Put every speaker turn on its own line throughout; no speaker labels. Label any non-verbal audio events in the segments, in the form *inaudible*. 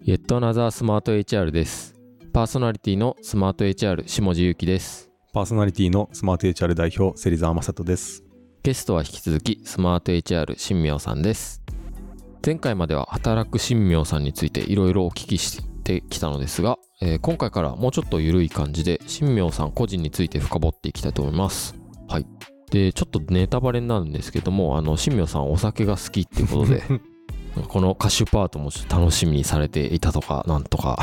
Yet Another Smart HR です。パーソナリティのスマート HR 下地ゆきです。
パーソナリティのスマート HR 代表、芹沢雅人です。
ゲストは引き続きスマート HR 新明さんです。前回までは働く新明さんについていろいろお聞きしてきたのですが、えー今回からもうちょっと緩い感じで新明さん個人について深掘っていきたいと思います。はい。で、ちょっとネタバレになるんですけども、あの、新明さんお酒が好きっていうことで、この歌手パートもちょっと楽しみにされていたとか、なんとか。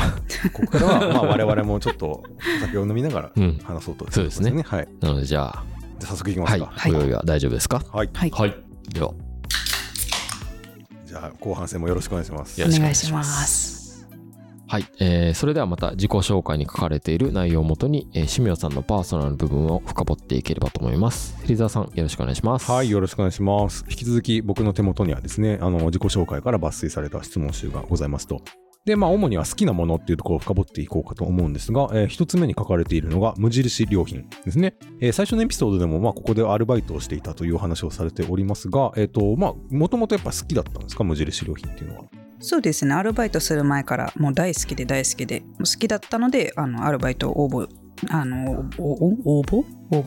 ここからは、まあ、我々もちょっとお酒を飲みながら
うん。
話そうと
そうですね
いうことはい。
なので、じゃあ、
じゃあ早速いきま
は
す
い、
か。
ご用意は大丈夫ですか
はい。
はい、
はい。では、
じゃあ、後半戦もよろしくお願いします。
よ
お
ろしく
願いします。
はい、えーそれではまた自己紹介に書かれている内容をもとに、えー、シミオさんのパーソナル部分を深掘っていければと思います。芹沢さん、よろしくお願いします。
はい、よろしくお願いします。引き続き僕の手元にはですね、あの自己紹介から抜粋された質問集がございますと。で、まあ、主には好きなものっていうところを深掘っていこうかと思うんですが、えー一つ目に書かれているのが無印良品ですね。えー最初のエピソードでも、まあ、ここでアルバイトをしていたというお話をされておりますが、えっ、と、まあ、もともとやっぱ好きだったんですか、無印良品っていうのは。
そうですねアルバイトする前からもう大好きで大好きでもう好きだったのであのアルバイト応募あのおお応募応募
応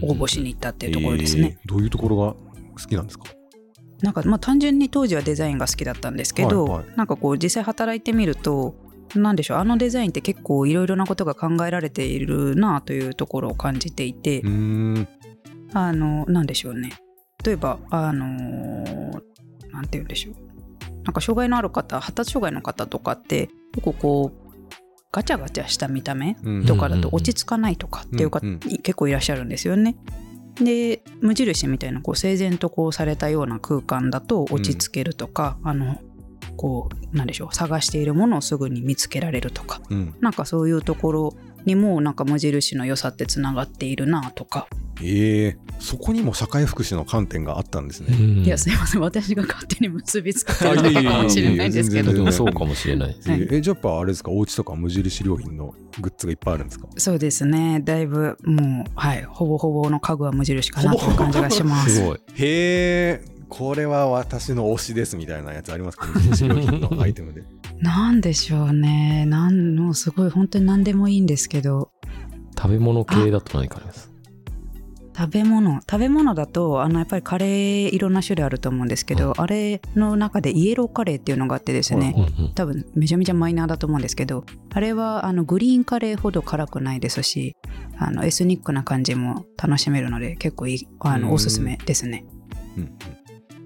募
応募しに行ったっていうところですね、
えーどういうところが好きなんですか
なんかまあ単純に当時はデザインが好きだったんですけど、
はいは
なんかこう実際働いてみるとなんでしょうあのデザインって結構いろいろなことが考えられているなというところを感じていて、
うーん。
あの、なんでしょうね。例えば、あのーなんて言うんでしょう。なんか障害のある方、発達障害の方とかって、結構こう、ガチャガチャした見た目
うん
とかだ
うんうん
と
うん
落ち着かないとかっていう方、
うん
結構いらっしゃるんですよね。で無印みたいなこう整然とこうされたような空間だと落ち着けるとか、あのこうなんでしょう探しているものをすぐに見つけられるとか
うん。
なんかそういうところにもなんか無印の良さってつながっているなとか
ええそこにも社会福祉の観点があったんです
う
ね。
ん。
いやすいません私が勝手に結びつけてる
あいえいえいえ
かもしれないですけ
いえいえいえ全然全
ど
然
でもそうかもしれない。
はい
えーえじゃあやっぱあれですかお家とか無印良品のグッズがいっぱいあるんですか
そうですねだいぶもうはいほぼほぼの家具は無印かなという感じがし
*laughs*
ます
ごい。
へえこれは私の推しですみたいなやつあります *laughs* か無印良品のアイテムで
なんでしょうねなんのすごい本当に何でもいいんですけど
食べ物系だと何かあります。
食べ物食べ物だとあのやっぱりカレーいろんな種類あると思うんですけど、あれの中でイエローカレーっていうのがあってですね、
は
うんうん
多分めちゃめちゃマイナーだと思うんですけどあれはあのグリーンカレーほど辛くないですしあのエスニックな感じも楽しめるので結構いいあ
うん
のおすすめですね、
うん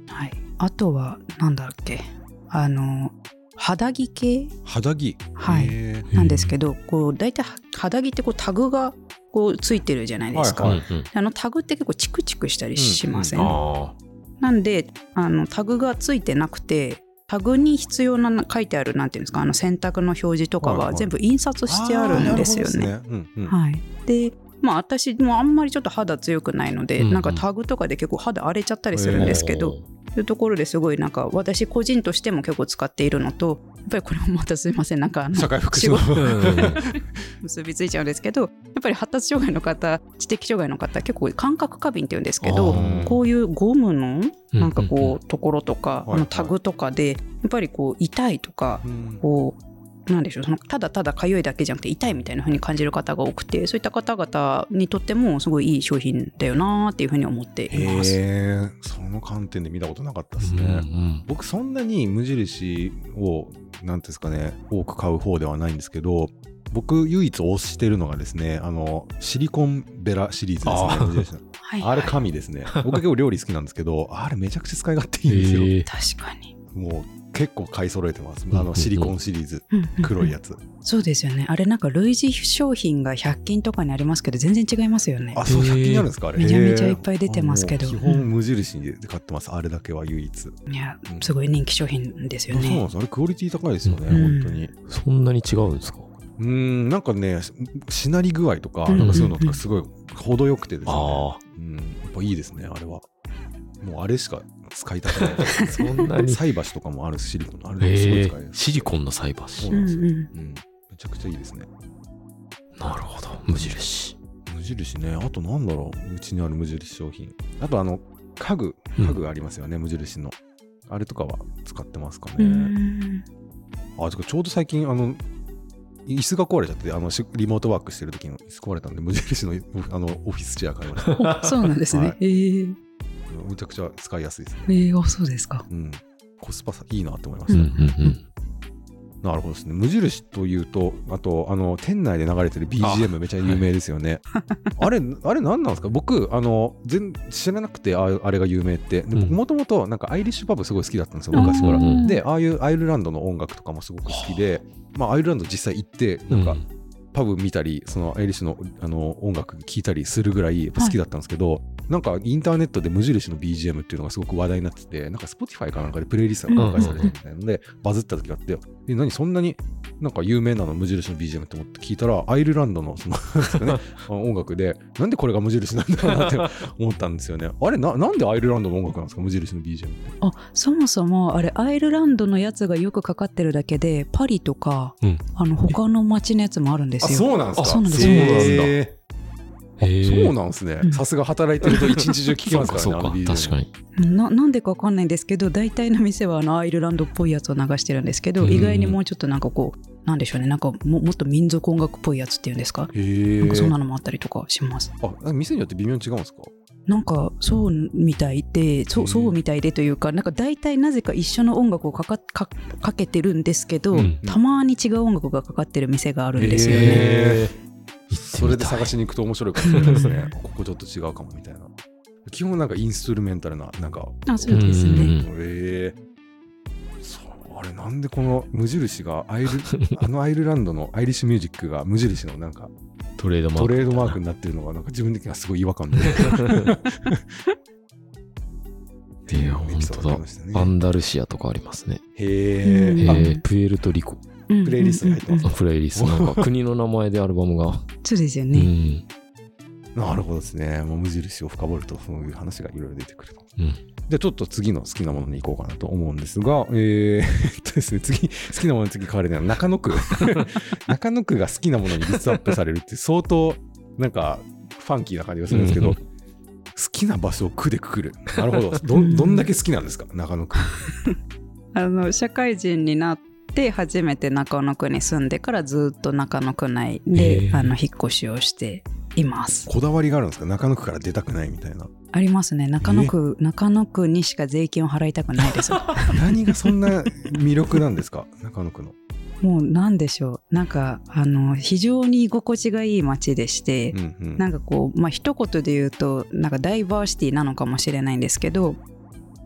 はい、あとはなんだっけあの肌着系
肌着
はい
へ
なんですけど、こう大体肌着ってこうタグがこうついてるじゃないですか、
は
うんうん
あのタグって結構チクチクしたりしません、
う
あ
なんであのタグがついてなくてタグに必要な書いてあるなんていうんですかあの選択の表示とか
はいは
はい全部印刷
ー
してあるんですよね。
あーなるほどですねうんうん
はい、でまあ私もあんまりちょっと肌強くないので、
うんうん
なんかタグとかで結構肌荒れちゃったりす
ー
るんですけど、
おー
というところですごいなんか私個人としても結構使っているのとやっぱりこれもまたすいませんなんかあの
社会福祉の
結びついちゃうんですけどやっぱり発達障害の方知的障害の方結構感覚過敏って言うんですけど
あー
こういうゴム
う
の
ん
なんかこうところとか
はい
あのタグとかでやっぱりこう痛いとか
うん
こうなんでしょうそのただただ痒いだけじゃなくて痛いみたいな風に感じる方が多くてそういった方々にとってもすごいいい商品だよなーっていう風に思ってい
へ
ます。
えその観点で見たことなかったです
うん
ね、
うん
僕そんなに無印を何ていうんですかね多く買う方ではないんですけど僕唯一推してるのがですねあのシリコンベラシリーズですね
あー
無印の
はい
あれ
確
神ですね僕結構料理好きなんですけどあれめちゃくちゃ使い勝手いいんですよ、
へー
かに、
もう結構買い揃えてます
うんうん
あ
うん
のシリコンシリーズ
うんうんうん
黒いやつ
そうですよねあれなんか類似商品が100均とかにありますけど全然違いますよね
あそう
へー
100均にあるんですかあれ
めちゃめちゃいっぱい出てますけど
へーあもう基本無印で買ってますあれだけは唯一そう
いや
うん
すごい人気商品ですよ
なん
ね
ですあれクオリティ高いですよね、
うん
本当に
そんなに違うんですか。
うーんなんかねししなり具合とか
うん
なんかそういうのとかすごい程よくてですね、
あ
うん、やっぱいいですねあれはもうあれしか使いたくない
あ、 *laughs* そんなに。
菜箸とかもあるしシリコンのあれすごい
え
使いやすい
シリコンの菜箸
そう。
う
なん
ん
です
う
よ
ん
うん、めちゃくちゃいいですね
なるほど。無印。
無印ねあとなんだろううちにある無印商品あとあの家具
うん
家具ありますよね、無印のあれとかは使ってますか
う
ね、
ん
あてかちょうど最近あの椅子が壊れちゃってあのしリモートワークしてる時の椅子壊れたんで無印のあのオフィスチェア買いました
おそうなんです
*laughs*
ね。
はい
えー、
むちゃくちゃ使いやすいですね、
えー、あそうですか。
うん、コスパさいいなって思いま
う
し
ん
た、
うんうん。
なるほどですね無印というとあとあの店内で流れてる BGM めちゃ有名ですよねあれあれ何なんですか僕あの全知らなくてああれが有名ってで僕
うん
もともとなんかアイリッシュパブすごい好きだったんですよ
うん
昔から
うんうん
でああいうアイルランドの音楽とかもすごく好きで、まあ、アイルランド実際行ってなんかパブ見たりそのアイリッシュのあの音楽聴いたりするぐらいやっぱ好きだったんですけど、なんかインターネットで無印の BGM っていうのがすごく話題になっててなんか Spotify かなんかでプレイリストが公開されてるみたいなので、バズった時があってえ何そんなになんか有名なの無印の BGM って思って聞いたらアイルランドのそのなんですか
*laughs*
ねあの音楽でなんでこれが無印なんだろうなって思ったんですよねあれななんでアイルランドの音楽なんですか無印の BGM って
あそもそもあれアイルランドのやつがよくかかってるだけでパリとか、
うん
あの他の街のやつもあるんですよ。
うなん
すかあそうなんです
そうなんだ
へー
へー
そうなんですね
うん
さすが働いてると一日中聞きますからね
そうか
あ
そ
の
う
BGM
か確かに。
ななんでかわかんないんですけど大体の店はあのアイルランドっぽいやつを流してるんですけど、
うん
意外にもうちょっとなんかこうなんでしょうねなんかももっと民族音楽っぽいやつっていうんですか
へ
なんかそん
え
なのもあったりとかします。
あ店によって微妙に違うんですか
なんかそうみたいでそ
へえ
うそうみたいでというかなんか大体なぜか一緒の音楽をかかかかけてるんですけど、
うん
たまに違う音楽がかかってる店があるんですよね。
へー
てみたい
それで探しに行くと面白いかもしれないですねここちょっと違うかもみたいな基本なんかインストゥルメンタルななんか
あそうですね
うん
へえそうあれなんでこの無印がアイルあのアイルランドのアイリッシュミュージックが無印のなんか
トレードマー
ト
*laughs* クみたい
レ
な。
ードマークになってるのがなんか自分的にはすごい違和感でって *laughs* いうエピソードがありましたね
アンダルシアとかありますね。
へ
え
え
うん
あ
ー、プエルトリコ。
うん
プレイリストに入ってます
プレイリスト。なんか国の名前でアルバム
*laughs*
が。
そうですよ
う
ね。
ん。
なるほどですね。もう無印を深掘ると、そういう話がいろいろ出てくると。
うん
で、ちょっと次の好きなものに行こうかなと思うんですが、えー *laughs* えっとですね、次、好きなものに次変わるのは
*laughs*
中野区。中野区が好きなものにリストアップされるって、相当、なんか、ファンキーな感じがするんですけ
う
ど、
ん
好きな場所を区でくくる。なるほど。ど、どんだけ好きなんですか、中野区。
あの社会人になって初めて中野区に住んでからずっと中野区内
へ
で
ー
あの引っ越しをしています。
こだわりがあるんですか中野区から出たくないみたいな。
ありますね中野区中野区にしか税金を払いたくな
*laughs*
いです。
何がそんな魅力なんですか中野区の。
もう何でしょうなんかあの非常に居心地がいい街でして
う、んうん。
なんかこうまあ一言で言うとなんかダイバーシティなのかもしれないんですけど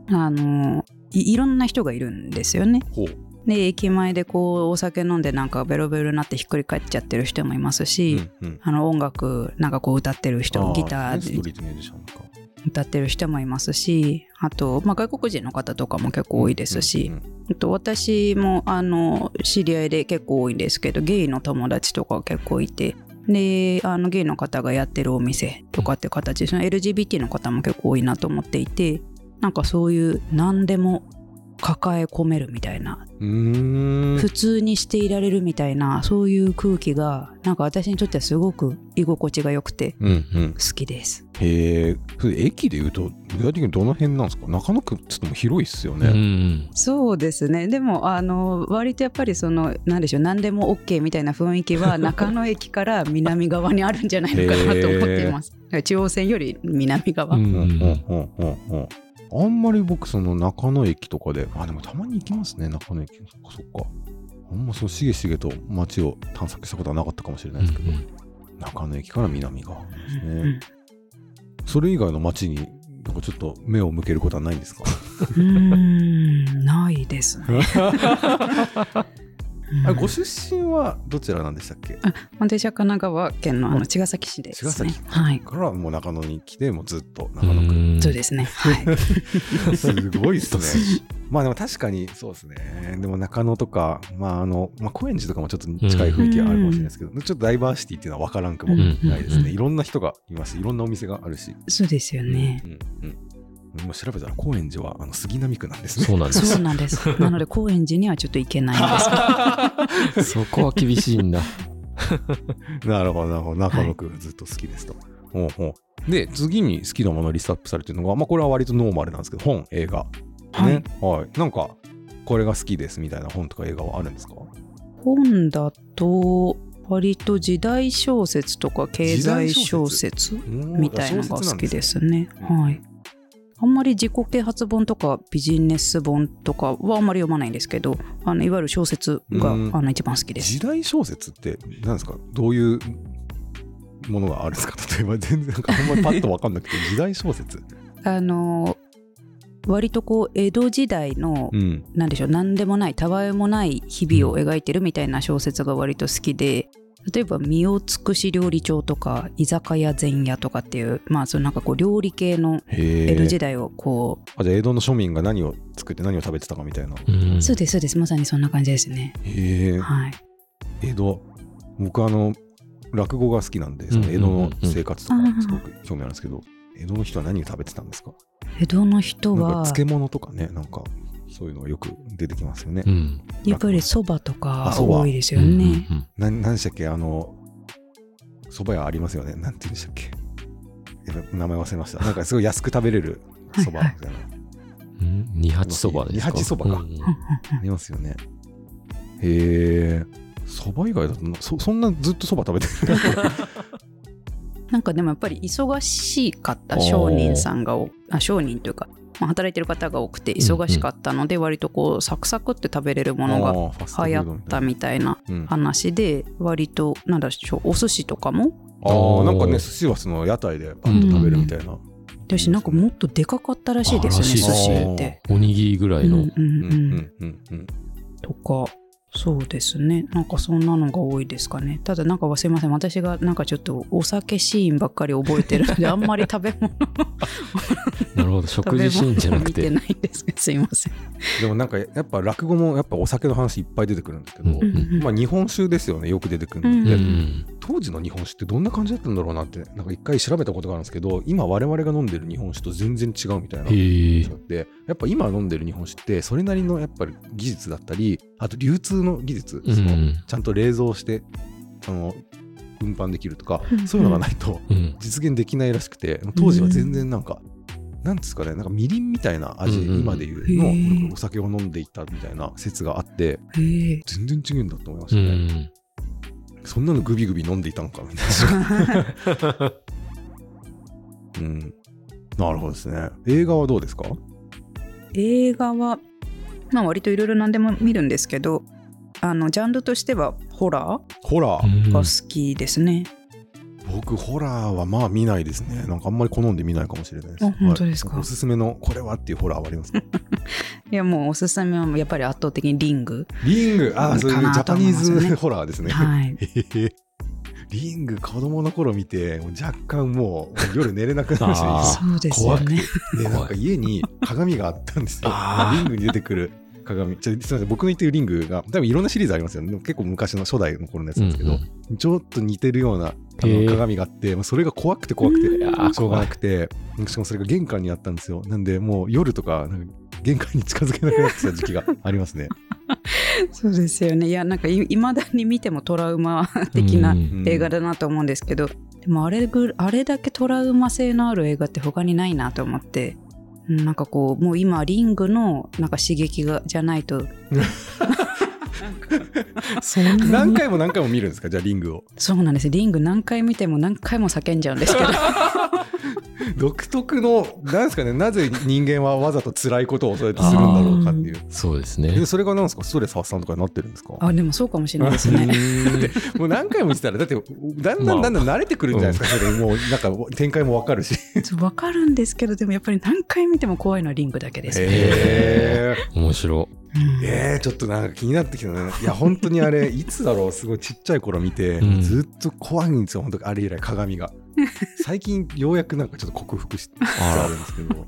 あのいいろんな人がいるんですよね。
ほう。
で駅前でこうお酒飲んでなんかベロベロになってひっくり返っちゃってる人もいますし、
うんうん
あの音楽なんかこう歌ってる人
あ
ギタ
ねス
ー
ト
で
リートミュージシャンか。
歌ってる人もいますしあと、まあ、外国人の方とかも結構多いですし、
うんうん
あと私もあの知り合いで結構多いんですけどゲイの友達とか結構いてであのゲイの方がやってるお店とかっていう形でその LGBT の方も結構多いなと思っていてなんかそういう何でも抱え込めるみたいな
うんうーん
普通にしていられるみたいなそういう空気がなんか私にとってはすごく居心地が良くて
うんうん、
好きです。
へえそれ駅でいうと具体的にどの辺なんですか中野区ちょっともう広いっすよ
う
ね、
ん。
そうですねでもあの割とやっぱりその何でしょう何でも OK みたいな雰囲気 *laughs* は中野駅から南側にあるんじゃないのかなと思っています。だから中央線より南側、
うん
う
うん
うんうん
ん。
うんうんあんまり僕その中野駅とかであでもたまに行きますね中野駅そっかそっかあんまそうしげしげと街を探索したことはなかったかもしれないですけど、中野駅から南側ですね、
うん
それ以外の街になんかちょっと目を向けることはないんですか
うんないですね。うん
*laughs* あご出身はどちらなんでしたっけ
私は神奈川県のあの茅ヶ崎市です、ね。
茅ヶ崎
はい。
からもう中野に来てもうずっと中
う
*laughs* 野区
ん
そうですね。はい。
すごいっすね。まあでも確かにそうですね。でも中野とか、まああの、まあ、高円寺とかもちょっと近い雰囲気あるかもしれないですけど、ちょっとダイバーシティっていうのは分からんくもないですね。
うんうんうん
いろんな人がいますし、いろんなお店があるし。
そうですよね。
うんうん、もう調べたら高円寺はあの杉並区なんですね。
そうなんで
そう
す。
なんです。
*laughs*
なので高円寺にはちょっと行けないんですけ
*laughs*
ど。
そこは厳しいんだ。
なるほど、なるほど。中野区がずっと好きですと。ほうほうで、次に好きなものリストアップされてるのが、まあ、これは割とノーマルなんですけど、本、映画。
はい
ね。はい。なんか、これが好きですみたいな本とか映画はあるんですか。
本だと割と時代小説とか経済小説みたいのが好きですすね。
うん
はい。あんまり自己啓発本とかビジネス本とかはあんまり読まないんですけど、あのいわゆる小説が
うん
あの一番好きです。
時代小説って何ですかどういうものがあるんですか *laughs* 例えば全然なんかあんまりパッと分かんなくて時代小説。
あの割とこう江戸時代の
うん。
なんでしょう何でもないたわいもない日々を描いてるみたいな小説が割と好きで例えば「身を尽くし料理長」とか「居酒屋前夜」とかっていうまあそのなんかこう料理系の
へ
江戸
え。
時代をこう、
あじゃあ江戸の庶民が何を作って何を食べてたかみたいな。
うん
そうですそうですまさにそんな感じですね、
へえ。
はい
江戸僕あの落語が好きなんでその江戸の生活と
うんうんうんう
か
ん
すごく興味あるんですけど、江戸の人は何を食べてたんですか
江戸の人
なんか
は
漬物とかねなんかそういうのがよく出てきますよね。
うん
やっぱりそばとか
あそば
多いです
う
よ
ん
ね、
うん
なんなんでしたっけあの蕎麦屋ありますよねなんて言うんでしたっけやばい名前忘れま
*laughs*
したなんかすごい安く食べれる
はい
蕎麦
はい
みたいな、
うん二八そばですか
二八そばか
うん
うんうん
ありますよねへえ蕎麦以外だとなそそんなずっと蕎麦食べてる
なんかでもやっぱり忙しかった商人さんがおあ商人というか、まあ、働いてる方が多くて忙しかったので、割とこうサクサクって食べれるものが
あーファストフ
流
ード
行っ
いな
たみたいな
うん
話で割となんだでしょうお寿司とかも
ああなんか
お
ね
ー
寿司はその屋台でパンと食べるみたいな、
私なんかもっとでかかったらしいで
あ
すよね
らしい
寿
ですね
司って。
おにぎりぐら
う
い
ん
の、
う
うん
ん
う
うん
んうんうん
とかそうですねなんかそんなのが多いですかねただなんかすいません私がなんかちょっとお酒シーンばっかり覚えてる *laughs* のであんまり食べ物
なるほど食
食べ
事シーンじゃ
物
な
を
く
見て
て
ないんですけどすいません、
でもなんかやっぱ落語もやっぱお酒の話いっぱい出てくるんですけど、
うん
まあ日本酒ですよねよく出てくるの
う
で、
ん
当時の日本酒ってどんな感じだったんだろうなってなんか一回調べたことがあるんですけど今我々が飲んでる日本酒と全然違うみたいな
へえ
だってやっぱ今飲んでる日本酒ってそれなりのやっぱり技術だったりあと流通の技術、
うん
そのちゃんと冷蔵してあの運搬できるとか、
うん
そういうのがないと
うん
実現できないらしくて当時は全然なんか、なんですかねなんかみりんみたいな味、
うんうん
今で言う
へー
のなんかお酒を飲んでいたみたいな説があって
へ *laughs* え
全然違うんだと思いまし
う
たね、
ん
そんなのグビグビ飲んでいたのかみたいな、 *laughs* うん、なるほどですね映画はどうですか
映画はまあ割といろいろ何でも見るんですけどあのジャンルとしてはホラ
ホラー、
ーが好きですね、
僕ホラーはまあ見ないですねなんかあんまり好んで見ないかもしれないです
あ本当ですか
はいおすすめのこれはっていうホラーはありますか
いやもうおすすめはやっぱり圧倒的にリング、
リングああそういうジ
かな
ャ
と
パ
思い
ニ
ま
ー
すね
ズホラーですね
はい
へえリング子供の頃見てもう若干もう夜寝れなくなりまし
あ
た
そうですよ
怖く
ね
で
怖い
なんか家に鏡があったんですよ
あー
リングに出てくる鏡ちょすみません僕の言ってるリングが多分いろんなシリーズありますよねでも結構昔の初代の頃のやつなんですけど、ちょっと似てるようなあ
へえ
の鏡があって、まあそれが怖くて怖くて
やー
しょうがなくてしかもそれが玄関にあったんですよなんでもう夜とかなんか玄関に近づけなくなってた時期がありま
*laughs*
すね
そうですよねいやなんかいいまだに見てもトラウマ的な
うん
映画だなと思うんですけど、でもあれぐあれだけトラウマ性のある映画って他にないなと思ってうんなんかこうもう今リングのなんか刺激がじゃないとそん
何回も何回も見るんですかじゃあリングを
そうなんですリング何回見ても何回も叫んじゃうんです *laughs* けど
独特のなんですかねなぜ人間はわざと辛いことをそうやってするんだろうかっていう
そうです
で
ね
それがなんですかストレス発散とかになってるんですか
あでもそうかもしれないですね
もう何回も言ってたらだってだんだんだんだん慣れてくるんじゃないですか、それもうなんか展開もわかるし
そうわかるんですけどでもやっぱり何回見ても怖いのはリングだけです、
へ面白
うん
えー、ちょっとなんか気になってきたね。いや、本当にあれ、 *laughs* いつだろう、すごいちっちゃい頃見て、
うん
ずっと怖いんですよ、本当あれ以来、鏡が。最近、ようやくなんかちょっと克服しつつあるんですけど、も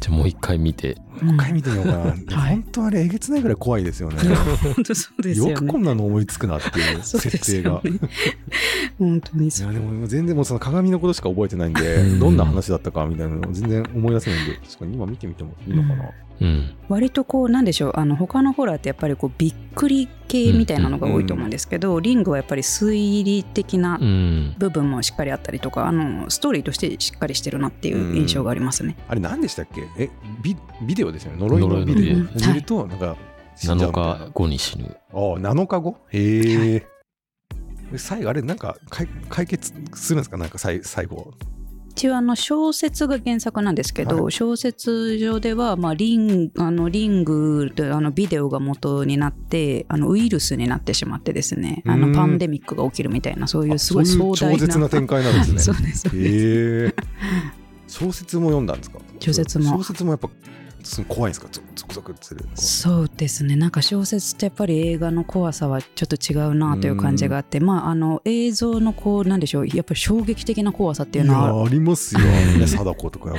じゃあもう一回見て
う一回見てみようかな。
はい
本当あれ、えげつないぐらい怖いですよね。
いや本当そうですよ
よ
ね
くこんなの思いつくなっていう
そうで
設
す
定
よ
が。
ね。本当に
い
そう。
やでも全然もうその鏡のことしか覚えてないん
う
で
ん
*laughs* どんな話だったかみたいなのを全然思い出せないんで確かに今見てみてもいいのかな、
うん
割とこうなんでしょうあの他のホラーってやっぱりこうびっくり系みたいなのが多いと思うんですけど、リングはやっぱり推理的な
うん
部分もしっかりあったりとかあのストーリーとしてしっかりしてるなっていう印象がありますね。
あれ何でしたっけえビビデオですよね呪いのビデオ
呪いのビデオ
見るとなんか死んじゃ
7
うみたいな
日後に死ぬ
ああ7日後へえ、で最後あれなんか解解決するんですかなんか最最後
一応あの小説が原作なんですけど、
は
小説上では、まあ、リンあのリングというあのビデオが元になってあのウイルスになってしまってですねあ
うん
のパンデミックが起きるみたいなそういうすごい壮
そうい
大
う超絶な展開なん
*laughs*
ですね
そうですそうです
へえ小説も読んだんですか
小説も
小説もやっぱすごい怖いんですかゾゾクゾクする
そうですねなんか小説ってやっぱり映画の怖さはちょっと違うなという感じがあって、まああの映像のこうなんでしょうやっぱり衝撃的な怖さっていうのは
やありますよ
*laughs*
ね貞子とかやっ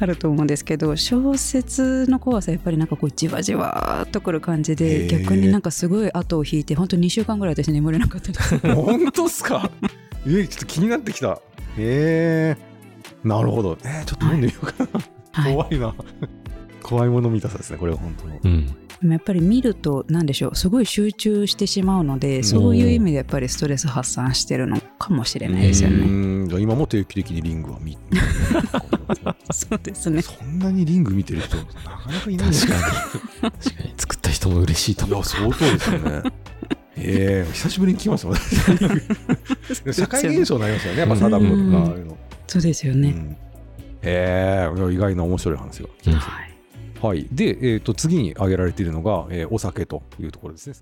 あると思うんですけど小説の怖さやっぱりなんかこうじわじわーっとくる感じ
へー
で逆になんかすごい後を引いて本当2週間ぐらい私眠れなかったです。
ぱ本当っすか *laughs* えちょっと気になってきたへえなるほどえーちょっと読んでみようかな、
はい
怖いな怖いもの見たさですねこれは本当に
うん
でもやっぱり見ると何でしょうすごい集中してしまうのでそういう意味でやっぱりストレス発散してるのかもしれないですよ
う
ね。
ーんじゃあ今も定期的にリングは見
そうですね
そんなにリング見てる人なかなかいないんですか
確かに作った人も嬉しいと
い
思
や相当ですよねええ久しぶりに聞きました
*laughs*
私社会現象になりましたよねやっぱサダムとかああいうの、
そうですよ
う
ね。
んええいや意外な面白い話が
う
はい
はいで、えー、と次に挙げられているのが、えーお酒というところですね